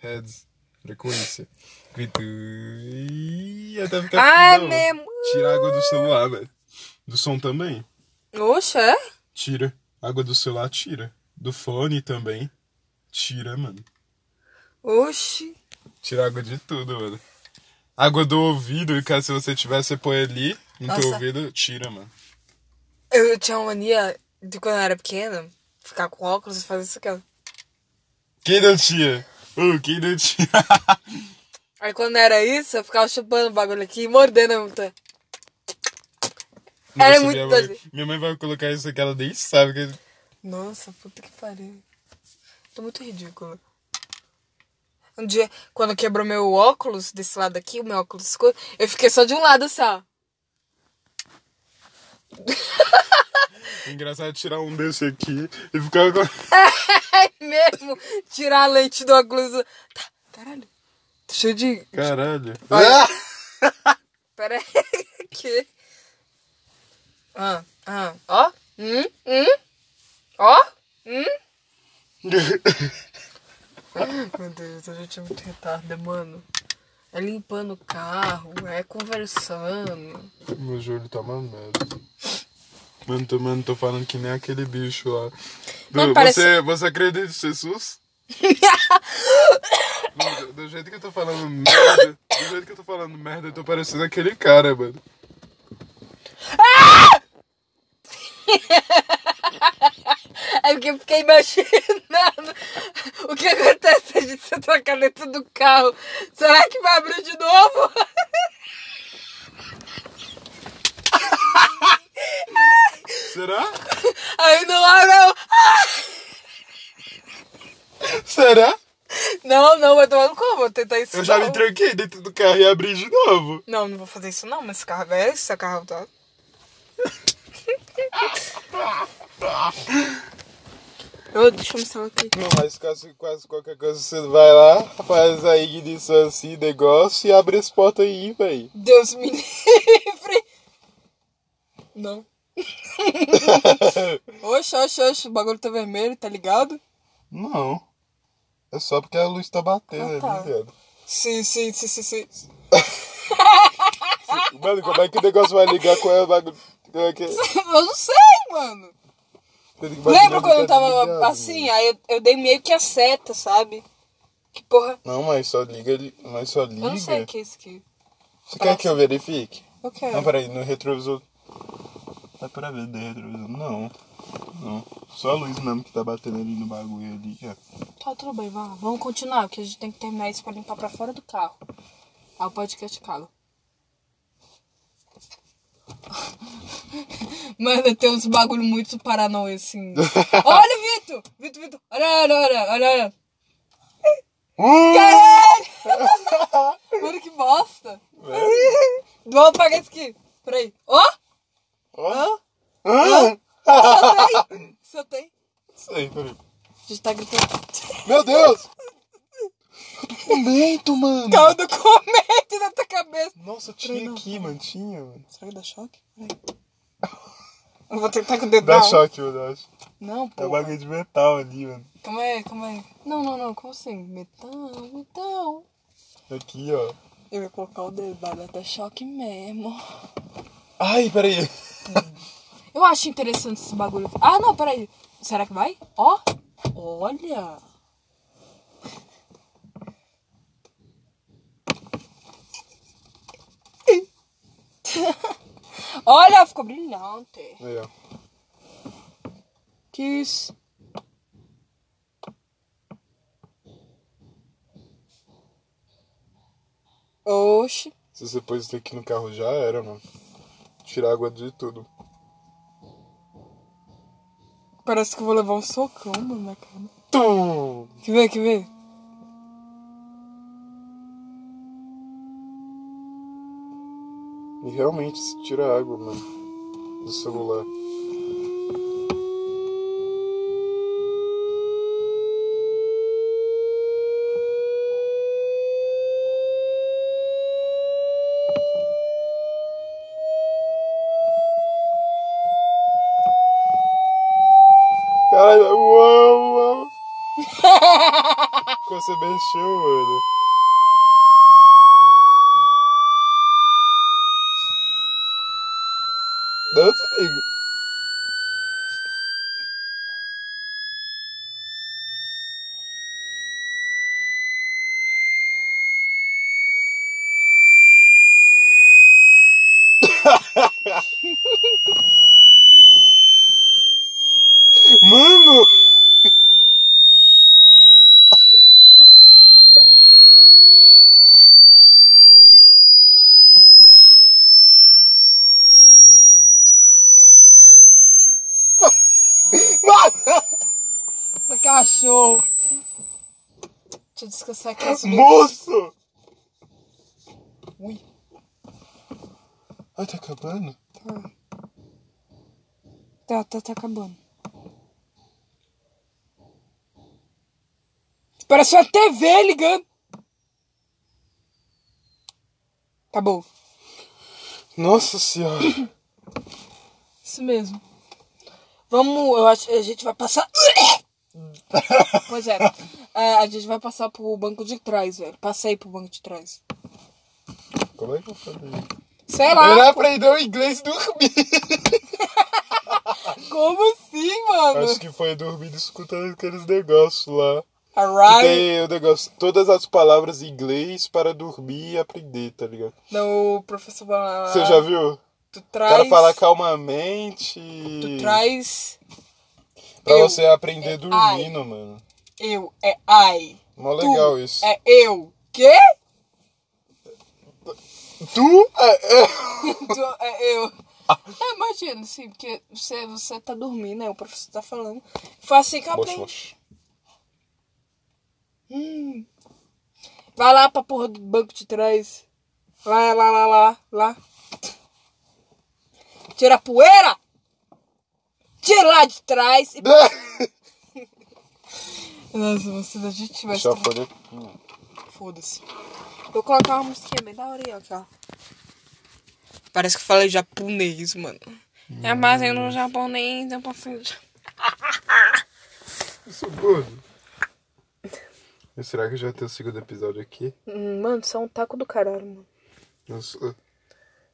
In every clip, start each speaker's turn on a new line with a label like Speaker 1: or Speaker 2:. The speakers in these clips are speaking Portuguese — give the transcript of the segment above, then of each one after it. Speaker 1: Heads. Frequência. Grito. Ih, até ficar
Speaker 2: Ah, é
Speaker 1: não.
Speaker 2: mesmo.
Speaker 1: Tira a água do celular, velho. Do som também.
Speaker 2: Oxa, é?
Speaker 1: Tira. Água do celular, tira. Do fone também. Tira, mano.
Speaker 2: Oxi.
Speaker 1: Tira água de tudo, mano. Água do ouvido, e cara, se você tiver, você põe ali no teu
Speaker 2: Nossa.
Speaker 1: ouvido, tira, mano.
Speaker 2: Eu, eu tinha uma mania de quando eu era pequena, ficar com óculos e fazer isso aqui, ó.
Speaker 1: Quem não tinha? Ô, quem não tinha?
Speaker 2: Aí quando era isso, eu ficava chupando o bagulho aqui e mordendo a multa. Era muito
Speaker 1: minha mãe,
Speaker 2: doido.
Speaker 1: minha mãe vai colocar isso aqui, ela nem sabe. Que...
Speaker 2: Nossa, puta que pariu. Tô muito ridícula. Um dia, quando quebrou meu óculos, desse lado aqui, o meu óculos escuro, eu fiquei só de um lado só.
Speaker 1: O Engraçado é tirar um desse aqui e ficar com.
Speaker 2: É mesmo? Tirar a lente do óculos. Tá, caralho. Tô cheio de.
Speaker 1: Caralho.
Speaker 2: Olha.
Speaker 1: Ah!
Speaker 2: Pera aí. que. Ah, ah. Ó. Hum, hum. Ó. Hum. Meu Deus, a gente é muito retarda, mano. É limpando o carro, é conversando.
Speaker 1: Meu joelho tá uma merda. Mano, tô, mano, tô falando que nem aquele bicho lá.
Speaker 2: Mano,
Speaker 1: Du,
Speaker 2: parece-
Speaker 1: você, você acredita em Jesus?
Speaker 2: É
Speaker 1: Mano, do, do jeito que eu tô falando merda, do jeito que eu tô falando merda, eu tô parecendo aquele cara, mano.
Speaker 2: É porque eu fiquei imaginando o que acontece se a gente se trocar dentro do carro. Será que vai abrir de novo?
Speaker 1: Será?
Speaker 2: Aí não abre, não.
Speaker 1: Será?
Speaker 2: Não, não, vai tomar no cu, vou tentar um. isso.
Speaker 1: Eu já
Speaker 2: não.
Speaker 1: me tranquei dentro do carro e abri de novo.
Speaker 2: Não, não vou fazer isso não, mas esse carro é velho, esse carro tá. Ô, deixa eu me instalar aqui.
Speaker 1: Não, mas quase, quase qualquer coisa você vai lá, faz a ignição assim, negócio e abre as portas aí, véi.
Speaker 2: Deus me livre! Não. oxe, oxe, oxe, o bagulho tá vermelho, tá ligado?
Speaker 1: Não. É só porque a luz tá batendo
Speaker 2: Ah, tá.
Speaker 1: ali, viado.
Speaker 2: Sim, sim, sim, sim, sim.
Speaker 1: Mano, como é que o negócio vai ligar com o bagulho? Como é que...
Speaker 2: Eu não sei, mano.
Speaker 1: Tem que
Speaker 2: Lembra
Speaker 1: imaginar que
Speaker 2: quando eu
Speaker 1: tá
Speaker 2: tava
Speaker 1: ligado,
Speaker 2: assim? Aí eu, eu dei meio que a seta, sabe? Que porra.
Speaker 1: mano. Não, mas só liga, ali- mas só liga.
Speaker 2: Eu não sei o que é isso aqui. é?
Speaker 1: Você quer que eu verifique?
Speaker 2: Eu quero.
Speaker 1: Não, peraí, no retrovisor. Dá pra ver no retrovisor? Não. Não. Só a luz mesmo que tá batendo ali no bagulho ali, ó.
Speaker 2: Tá, tudo bem, vamos, vamos continuar, porque a gente tem que terminar isso pra limpar pra fora do carro. Aí o podcast caga. Mano, tem uns bagulho muito paranauê, assim. Olha, Vitor! Vitor, Vitor! Olha, olha, olha, olha, olha.
Speaker 1: Uh!
Speaker 2: Mano, que bosta! Vamos apagar isso aqui. Peraí. Ó!
Speaker 1: Ó. Ah!
Speaker 2: Só tem! Só tem!
Speaker 1: Isso aí, peraí.
Speaker 2: A gente tá gritando.
Speaker 1: Meu Deus! É do Fomento, mano!
Speaker 2: Calma do comete na tua cabeça!
Speaker 1: Nossa, tinha aqui, mano. Tinha, mano.
Speaker 2: Será que dá choque? Peraí. Eu vou tentar com o dedo.
Speaker 1: Dá
Speaker 2: na-
Speaker 1: choque, eu acho.
Speaker 2: Não,
Speaker 1: É um
Speaker 2: pô.
Speaker 1: bagulho de metal ali, mano.
Speaker 2: Calma aí, calma aí. Não, não, não, como assim? Metão, metão.
Speaker 1: Aqui, ó.
Speaker 2: Eu ia colocar o dedo, vai dar até choque mesmo.
Speaker 1: Ai, peraí.
Speaker 2: Eu acho interessante esse bagulho. Ah, não, peraí. Será que vai? Ó, olha. olha, ficou brilhante.
Speaker 1: Aí, ó.
Speaker 2: Que isso? Oxe.
Speaker 1: Se você pôs isso aqui no carro já era, mano. Tirar água de tudo.
Speaker 2: Parece que eu vou levar um socão, mano, na cara.
Speaker 1: Tum!
Speaker 2: Quer ver, quer ver?
Speaker 1: E realmente se tira água, mano. Do celular. Caralho, uau, uau. que você mexeu, mano. Não desliga. Mano!
Speaker 2: Esse é um cachorro. Deixa eu descansar aqui as
Speaker 1: Moço!
Speaker 2: Ui.
Speaker 1: Ai, tá acabando?
Speaker 2: Tá, tá, tá acabando. Parece uma TV ligando. Acabou.
Speaker 1: Nossa senhora.
Speaker 2: Isso mesmo. Vamos, eu acho, a gente vai passar. pois é. É, A gente vai passar pro banco de trás, velho. Passei pro banco de trás.
Speaker 1: Como é que eu falei?
Speaker 2: Sei
Speaker 1: Ele
Speaker 2: lá.
Speaker 1: aprendeu inglês dormindo.
Speaker 2: Como assim, mano?
Speaker 1: Acho que foi dormindo escutando aqueles negócios lá. Que
Speaker 2: Alright.
Speaker 1: tem o negócio, todas as palavras em inglês para dormir e aprender, tá ligado?
Speaker 2: Não, o professor fala.
Speaker 1: Você já viu?
Speaker 2: Tu
Speaker 1: O
Speaker 2: traz.
Speaker 1: cara fala calmamente.
Speaker 2: Tu traz.
Speaker 1: Pra
Speaker 2: eu.
Speaker 1: você aprender
Speaker 2: É,
Speaker 1: dormindo, mano.
Speaker 2: Eu é I.
Speaker 1: Mó
Speaker 2: Tu
Speaker 1: legal isso.
Speaker 2: É eu. Quê?
Speaker 1: Tu? É, é.
Speaker 2: Tu é eu. É, imagina, sim, porque você, você tá dormindo, né? O professor tá falando. Foi assim que eu
Speaker 1: Mosh,
Speaker 2: aprendi.
Speaker 1: mosh.
Speaker 2: Hum. Vai lá pra porra do banco de trás. Lá, lá, lá, lá, lá. Tira a poeira! Tira lá de trás e. Nossa, você é da gente tivesse.
Speaker 1: Já falei. Hum.
Speaker 2: Foda-se. Vou colocar uma musiquinha bem da hora aí, ó, aqui, ó. Parece que eu falei japonês, mano. É mais no japonês, eu posso.
Speaker 1: Eu sou gordo. E será que já tem o segundo episódio aqui?
Speaker 2: Mano, isso é um taco do caralho, mano.
Speaker 1: Eu sou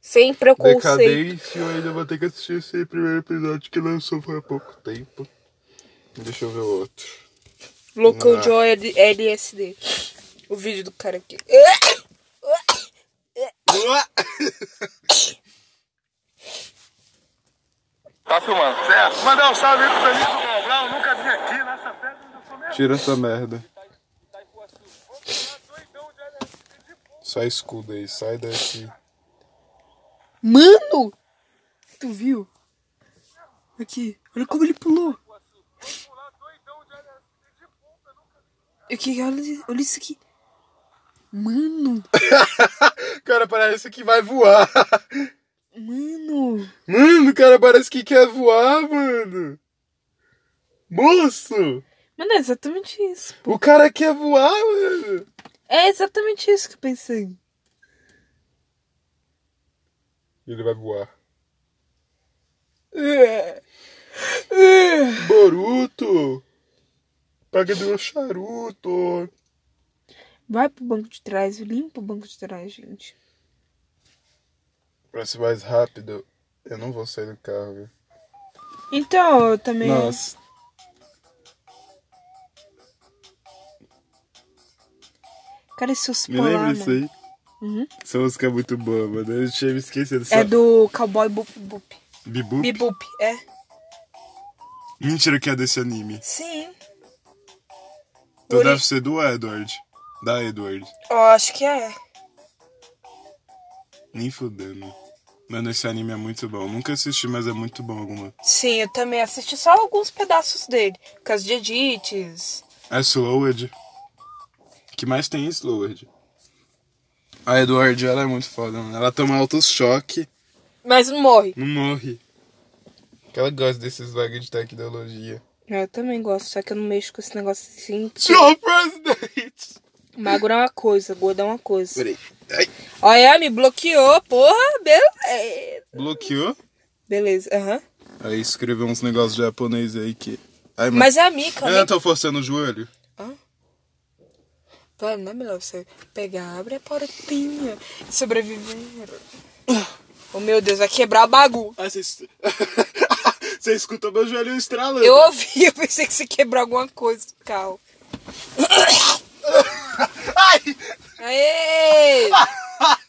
Speaker 2: Sem preconceito.
Speaker 1: decadente, eu ainda vou ter que assistir esse primeiro episódio que lançou foi há pouco tempo. Deixa eu ver o outro.
Speaker 2: Local
Speaker 1: Ah.
Speaker 2: Joy é de LSD. O vídeo do cara aqui.
Speaker 3: Tá filmando, certo? Mandar um salve aí pro Danilo Mobral, nunca vim aqui nessa festa, eu sou mesmo.
Speaker 1: Tira essa merda.
Speaker 3: Doidão de LSD de
Speaker 1: Só escudo aí, sai daqui.
Speaker 2: Mano! Tu viu? Aqui. Olha como ele pulou.
Speaker 3: pular, doidão de LSD de puta, nunca vim.
Speaker 2: Aqui, olha, olha isso aqui. Mano!
Speaker 1: Cara, parece que vai voar.
Speaker 2: Mano!
Speaker 1: Mano, cara, parece que quer voar, mano. Moço!
Speaker 2: Mano, é exatamente isso.
Speaker 1: O cara quer voar, mano.
Speaker 2: É exatamente isso que eu pensei.
Speaker 1: Ele vai voar.
Speaker 2: É. É.
Speaker 1: Boruto! Paga meu um charuto!
Speaker 2: Vai pro banco de trás, limpa o banco de trás, gente.
Speaker 1: Pra ser mais rápido, eu não vou sair do carro, velho.
Speaker 2: Então, eu também.
Speaker 1: Nossa.
Speaker 2: Cara, esse osso
Speaker 1: Me
Speaker 2: polar,
Speaker 1: lembra
Speaker 2: mano.
Speaker 1: disso aí?
Speaker 2: né? Uhum.
Speaker 1: Essa música é muito boa, mano. Eu tinha me esquecido dessa.
Speaker 2: É do Cowboy Boop Boop.
Speaker 1: Bibu?
Speaker 2: Bibup, é?
Speaker 1: Mentira que é desse anime.
Speaker 2: Sim.
Speaker 1: Então
Speaker 2: Ori-
Speaker 1: deve ser do Edward. Da Edward.
Speaker 2: Eu acho que é.
Speaker 1: Nem fudendo. Mano, esse anime é muito bom. Nunca assisti, mas é muito bom alguma.
Speaker 2: Sim, eu também assisti só alguns pedaços dele. Por causa de Edites.
Speaker 1: É Slowed. que mais tem em Slowed? A Edward, ela é muito foda, mano. Ela toma altos choques.
Speaker 2: Mas não morre.
Speaker 1: Não morre. Que ela gosta desses bagulho de tecnologia.
Speaker 2: É, Eu também gosto, só que eu não mexo com esse negócio assim. porque
Speaker 1: Senhor presidente!
Speaker 2: Magro é uma coisa, gordo é uma coisa.
Speaker 1: Peraí. Ai.
Speaker 2: Olha, é, me bloqueou, porra, beleza.
Speaker 1: Bloqueou?
Speaker 2: Beleza, aham.
Speaker 1: Aí escreveu uns negócios japonês aí que. Ai, mano.
Speaker 2: Mas é a Mika,
Speaker 1: Eu
Speaker 2: né?
Speaker 1: tô forçando o joelho.
Speaker 2: Hã? Claro, não é melhor você pegar, abre a portinha e sobreviver. Oh meu Deus, vai quebrar o bagulho.
Speaker 1: Ah, você es- você escuta meu joelho estralando.
Speaker 2: Eu ouvi, eu pensei que você quebrou alguma coisa do carro.
Speaker 1: Ai!
Speaker 2: Aê!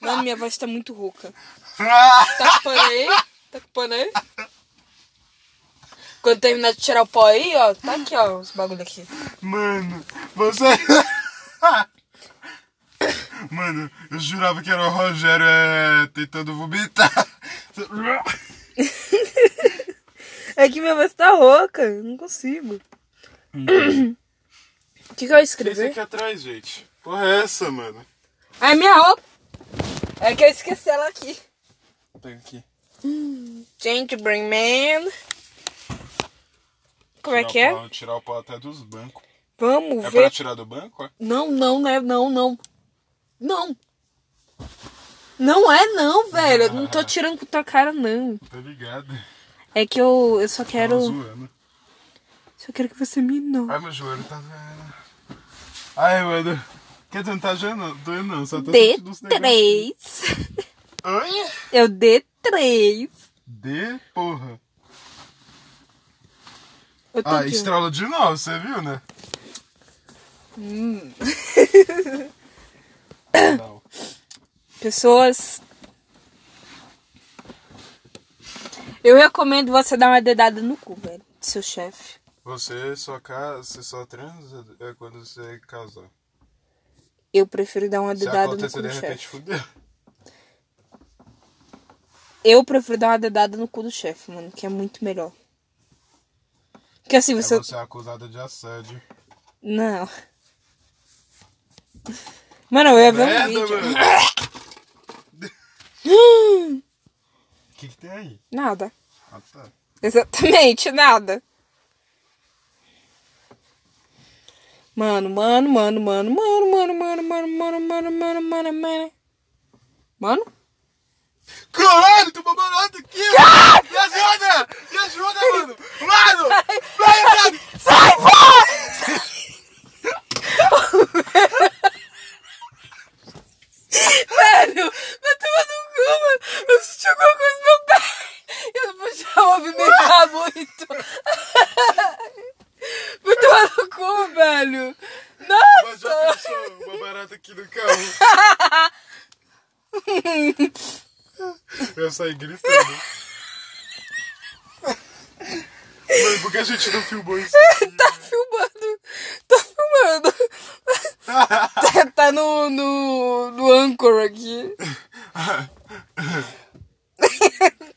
Speaker 2: Mano, minha voz tá muito rouca.
Speaker 1: Ah,
Speaker 2: Tá com pano aí? Tá com pano aí? Quando terminar de tirar o pó aí, ó, tá aqui, ó, os bagulho aqui.
Speaker 1: Mano, você. Mano, eu jurava que era o Rogério é, tentando vomitar.
Speaker 2: É que minha voz tá rouca, eu não consigo. O que, que eu ia
Speaker 1: Esse
Speaker 2: escrever?
Speaker 1: aqui atrás, gente. Porra, é essa, mano?
Speaker 2: Ah, minha roupa! É que eu esqueci ela aqui.
Speaker 1: Pega aqui.
Speaker 2: Gente, Brain Man. Como é que é?
Speaker 1: tirar o pau até dos bancos.
Speaker 2: Vamos
Speaker 1: É pra
Speaker 2: ver.
Speaker 1: tirar do banco? é?
Speaker 2: Não, não, né? Não, não. Não. Não é não, velho. Eu não tô tirando com tua cara, não.
Speaker 1: Tá ligado?
Speaker 2: É que eu, eu só
Speaker 1: Tava
Speaker 2: quero.
Speaker 1: zoando.
Speaker 2: Só quero que você me não.
Speaker 1: né? Ai, meu joelho tá doendo. Ai, mano. Quer dizer, não tá doendo, doendo não. Só tá sentindo uns negocinhos.
Speaker 2: D3.
Speaker 1: Oi?
Speaker 2: Eu D3.
Speaker 1: D, porra.
Speaker 2: Eu tô
Speaker 1: Ah,
Speaker 2: aqui, ó.
Speaker 1: estralou de novo, você viu, né?
Speaker 2: Hum.
Speaker 1: Não.
Speaker 2: Pessoas. Eu recomendo você dar uma dedada no cu, velho. do Seu chefe.
Speaker 1: Você só casa, você só transa é quando você casar.
Speaker 2: Eu prefiro dar uma
Speaker 1: Se
Speaker 2: dedada no
Speaker 1: acontecer
Speaker 2: cu
Speaker 1: de
Speaker 2: do
Speaker 1: repente,
Speaker 2: chefe.
Speaker 1: fudeu.
Speaker 2: Eu prefiro dar uma dedada no cu do chefe, mano, que é muito melhor. Porque assim,
Speaker 1: É
Speaker 2: você.
Speaker 1: você é acusada de assédio.
Speaker 2: Não. Mano, eu ia ver um vídeo.
Speaker 1: O que, que tem aí?
Speaker 2: Nada.
Speaker 1: Ah, tá.
Speaker 2: Exatamente, nada. Mano, mano, mano, mano, mano, mano, mano, mano, mano, mano, mano, mano, mano. Mano?
Speaker 1: Caralho, tem uma barata aqui! mano. Me ajuda! Me ajuda, mano! Mano! Vai, vai!
Speaker 2: Sai fora! Velho, vai tomar no cu, mano. Eu senti alguma coisa no meu pé. Eu não podia movimentar muito. Vai tomar no cu, velho.
Speaker 1: Mas já
Speaker 2: Nossa!
Speaker 1: pensou uma barata aqui no carro? Eu saí gritando. Mano, por que a gente não filmou isso aqui?
Speaker 2: Tá filmando. Tá filmando. Tá, tá no, no, no Anchor aqui.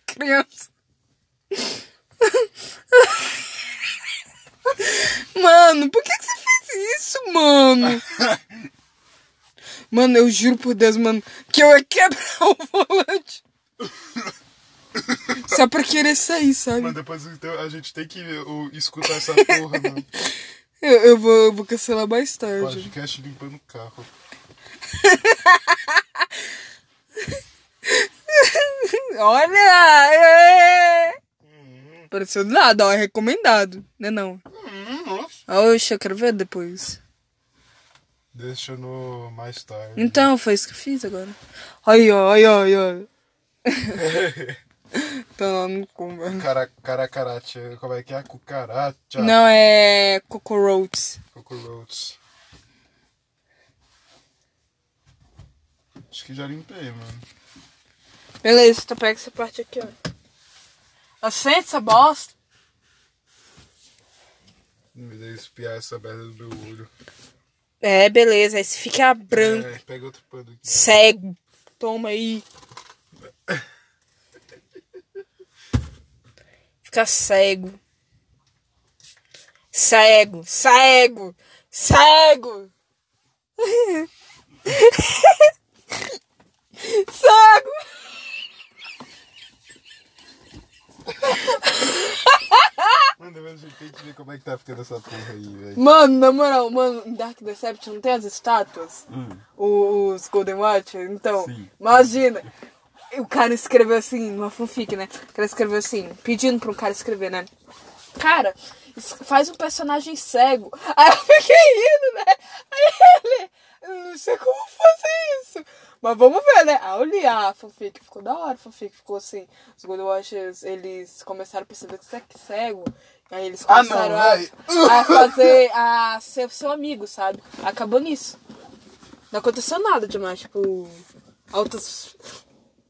Speaker 2: Criança. Mano, por que, que você fez isso, mano? Mano, eu juro por Deus, mano, que eu ia quebrar o volante. Só pra querer sair, sabe?
Speaker 1: Mano, depois então, a gente tem que o, escutar essa porra, mano.
Speaker 2: Eu, eu vou, eu vou cancelar mais tarde.
Speaker 1: Podcast limpando o carro.
Speaker 2: Olha! é. Pareceu do nada, ó, é recomendado, né não?
Speaker 1: Hum, Nossa.
Speaker 2: Oxe, eu quero ver depois.
Speaker 1: Deixa no mais tarde.
Speaker 2: Então, foi isso que eu fiz agora. Ai, ó, ai, ai, ai. Tá lá no cu, velho.
Speaker 1: Cara, caracaracha, como é que é? Cucaracha.
Speaker 2: Não, é cockroach.
Speaker 1: Cockroach. Acho que já limpei, mano.
Speaker 2: Beleza, então pega essa parte aqui, ó. Acende essa bosta.
Speaker 1: Me dei espiar essa merda do meu olho.
Speaker 2: É, beleza, aí você fica branco,
Speaker 1: É, pega outro pano aqui.
Speaker 2: cego. Toma aí. Fica cego. Cego, cego, cego. Cego.
Speaker 1: Mano, mas a gente tem que ver como é que tá ficando essa porra aí, velho.
Speaker 2: Mano, na moral, mano, em Dark Deception não tem as estátuas? Os Golden Watch? Então,
Speaker 1: Sim.
Speaker 2: imagina. O cara escreveu assim, numa fanfic, né? O cara escreveu assim, pedindo pra um cara escrever, né? Cara, es- faz um personagem cego. Aí eu fiquei rindo, né? Aí ele. Eu não sei como fazer isso. Mas vamos ver, né? A olhar, Fanfic ficou da hora, Fanfic ficou assim. Os Gold Watchers, eles começaram a perceber que você é cego. Aí eles
Speaker 1: Ah, não,
Speaker 2: começaram
Speaker 1: vai.
Speaker 2: a, a fazer, a ser seu amigo, sabe? Acabou nisso. Não aconteceu nada demais, tipo, altos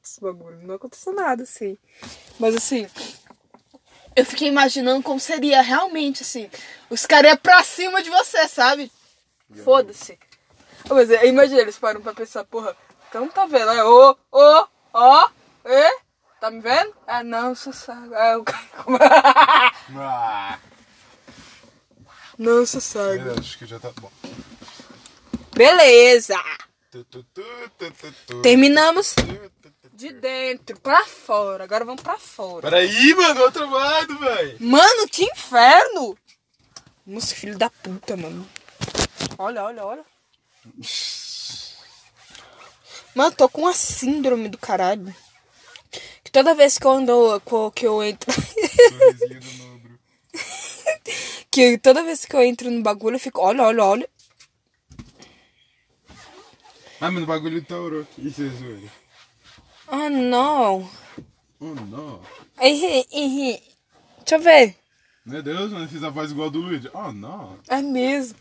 Speaker 2: esse bagulho. Não aconteceu nada, assim. Mas assim, eu fiquei imaginando como seria realmente, assim. Os caras iam pra cima de você, sabe? Foda-se. Ah, Mas é, imagina, eles param pra pensar, porra, então tá vendo, é ô, ô, ó, é? Tá me vendo? Ah não, sou cego. Ah, o cara.
Speaker 1: Ah,
Speaker 2: não, sou cego.
Speaker 1: beleza, acho que já tá bom.
Speaker 2: Beleza!
Speaker 1: Tu, tu, tu, tu, tu, tu.
Speaker 2: Terminamos
Speaker 1: Tu, tu, tu.
Speaker 2: de dentro pra fora. Agora vamos pra fora.
Speaker 1: Peraí, mano, outro lado, velho.
Speaker 2: Mano, que inferno! Nossa, filho da puta, mano. Olha, olha, olha. Mano, eu tô com uma síndrome do caralho. Que toda vez que eu ando, co- que eu entro.
Speaker 1: Sorrisinho do nobro.
Speaker 2: que toda vez que eu entro no bagulho, eu fico, olha, olha, olha.
Speaker 1: Ah, mano, o bagulho taurou aqui. Isso é zoeira.
Speaker 2: Ah, não.
Speaker 1: Oh, não.
Speaker 2: Ih, ih, ih. Deixa eu ver.
Speaker 1: Meu Deus, mano, eu fiz a voz igual a do Luigi. Oh, não.
Speaker 2: É mesmo.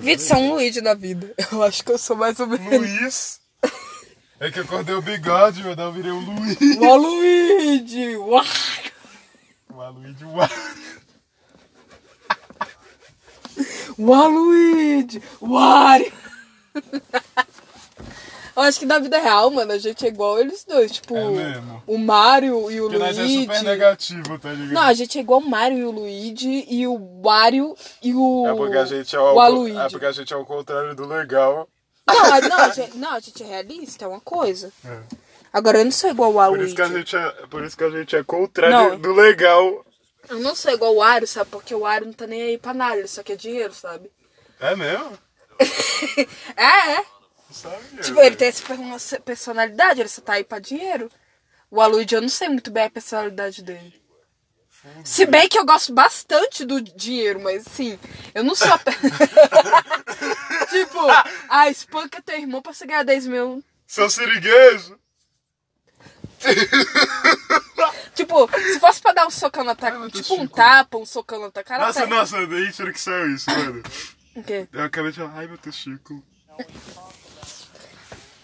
Speaker 2: Vídeo São um Luigi na vida. Eu acho que eu sou mais ou menos.
Speaker 1: Luiz. É que eu cortei o bigode, mano, eu virei o Luiz.
Speaker 2: Ó, Luigi! Uau!
Speaker 1: O Luigi, uau.
Speaker 2: O Waluigi! Wario! Eu acho que na vida real, mano, a gente é igual eles dois. Tipo,
Speaker 1: É mesmo.
Speaker 2: o Mario e o
Speaker 1: Porque nós é
Speaker 2: Luigi.
Speaker 1: super negativo, tá ligado?
Speaker 2: Não, a gente é igual o Mario e o Luigi e o Wario e o.
Speaker 1: É porque a gente é
Speaker 2: o
Speaker 1: o,
Speaker 2: Waluigi.
Speaker 1: é porque a gente é o contrário do legal.
Speaker 2: Não, a- não, a gente, não, a gente é realista, é uma coisa.
Speaker 1: É.
Speaker 2: Agora eu não sou igual o
Speaker 1: Por
Speaker 2: Waluigi.
Speaker 1: isso que a gente é, por isso que a gente é contrário
Speaker 2: Não.
Speaker 1: do legal.
Speaker 2: Eu não sou igual o Wario, sabe? Porque o Wario não tá nem aí pra nada, ele só quer dinheiro, sabe?
Speaker 1: É mesmo?
Speaker 2: É, é.
Speaker 1: Não Sabia.
Speaker 2: Tipo, ele tem essa perso- personalidade, ele só tá aí pra dinheiro. O Aluid, eu não sei muito bem a personalidade dele. Se bem que eu gosto bastante do dinheiro, mas assim, eu não sou. a pe- tipo, ah, espanca teu irmão pra você ganhar 10 mil.
Speaker 1: Seu siriguejo?
Speaker 2: Tipo, se fosse pra dar um socão na tua
Speaker 1: Ah, eu tô
Speaker 2: tipo um
Speaker 1: chico.
Speaker 2: tapa, um socão na tua cara.
Speaker 1: Nossa,
Speaker 2: pega.
Speaker 1: nossa, daí tiro que saiu isso, mano.
Speaker 2: O quê?
Speaker 1: Eu acabei de falar, ai meu testículo.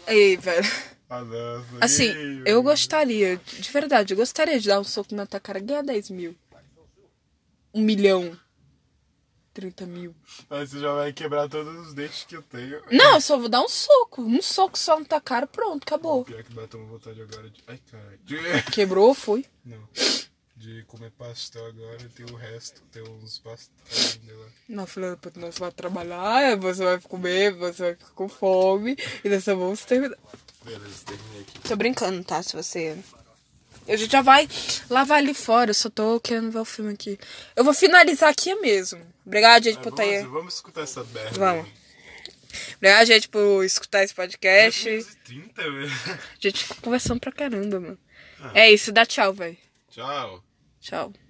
Speaker 2: Ei, velho.
Speaker 1: Ah, nossa.
Speaker 2: Assim, eu gostaria, de verdade, eu gostaria de dar um soco na tua cara, ganhar 10 mil. Um milhão. 30 mil.
Speaker 1: Mas você já vai quebrar todos os dentes que eu tenho.
Speaker 2: Não, eu só vou dar um soco. Um soco só na tua cara, pronto, acabou.
Speaker 1: Pior que bateu uma vontade agora de. Ai, caralho. De...
Speaker 2: Quebrou, foi.
Speaker 1: Não. De comer pastel agora e tem o resto. Tem uns pastéis um ainda lá.
Speaker 2: Não, filha da puta, nós vamos trabalhar, você vai comer, você vai ficar com fome. E nós só vamos terminar.
Speaker 1: Beleza, terminei aqui.
Speaker 2: Tô brincando, tá? Se você. A gente já vai lavar ali fora, eu só tô querendo ver o filme aqui. Eu vou finalizar aqui mesmo. Obrigada,
Speaker 1: É
Speaker 2: gente, por estar Então tá aí.
Speaker 1: vamos, vamos escutar essa merda.
Speaker 2: Vamos. Obrigada, gente, por escutar esse
Speaker 1: É
Speaker 2: podcast.
Speaker 1: 30, velho.
Speaker 2: A gente ficou conversando pra caramba, mano. É isso, dá tchau, velho.
Speaker 1: Tchau.
Speaker 2: Tchau.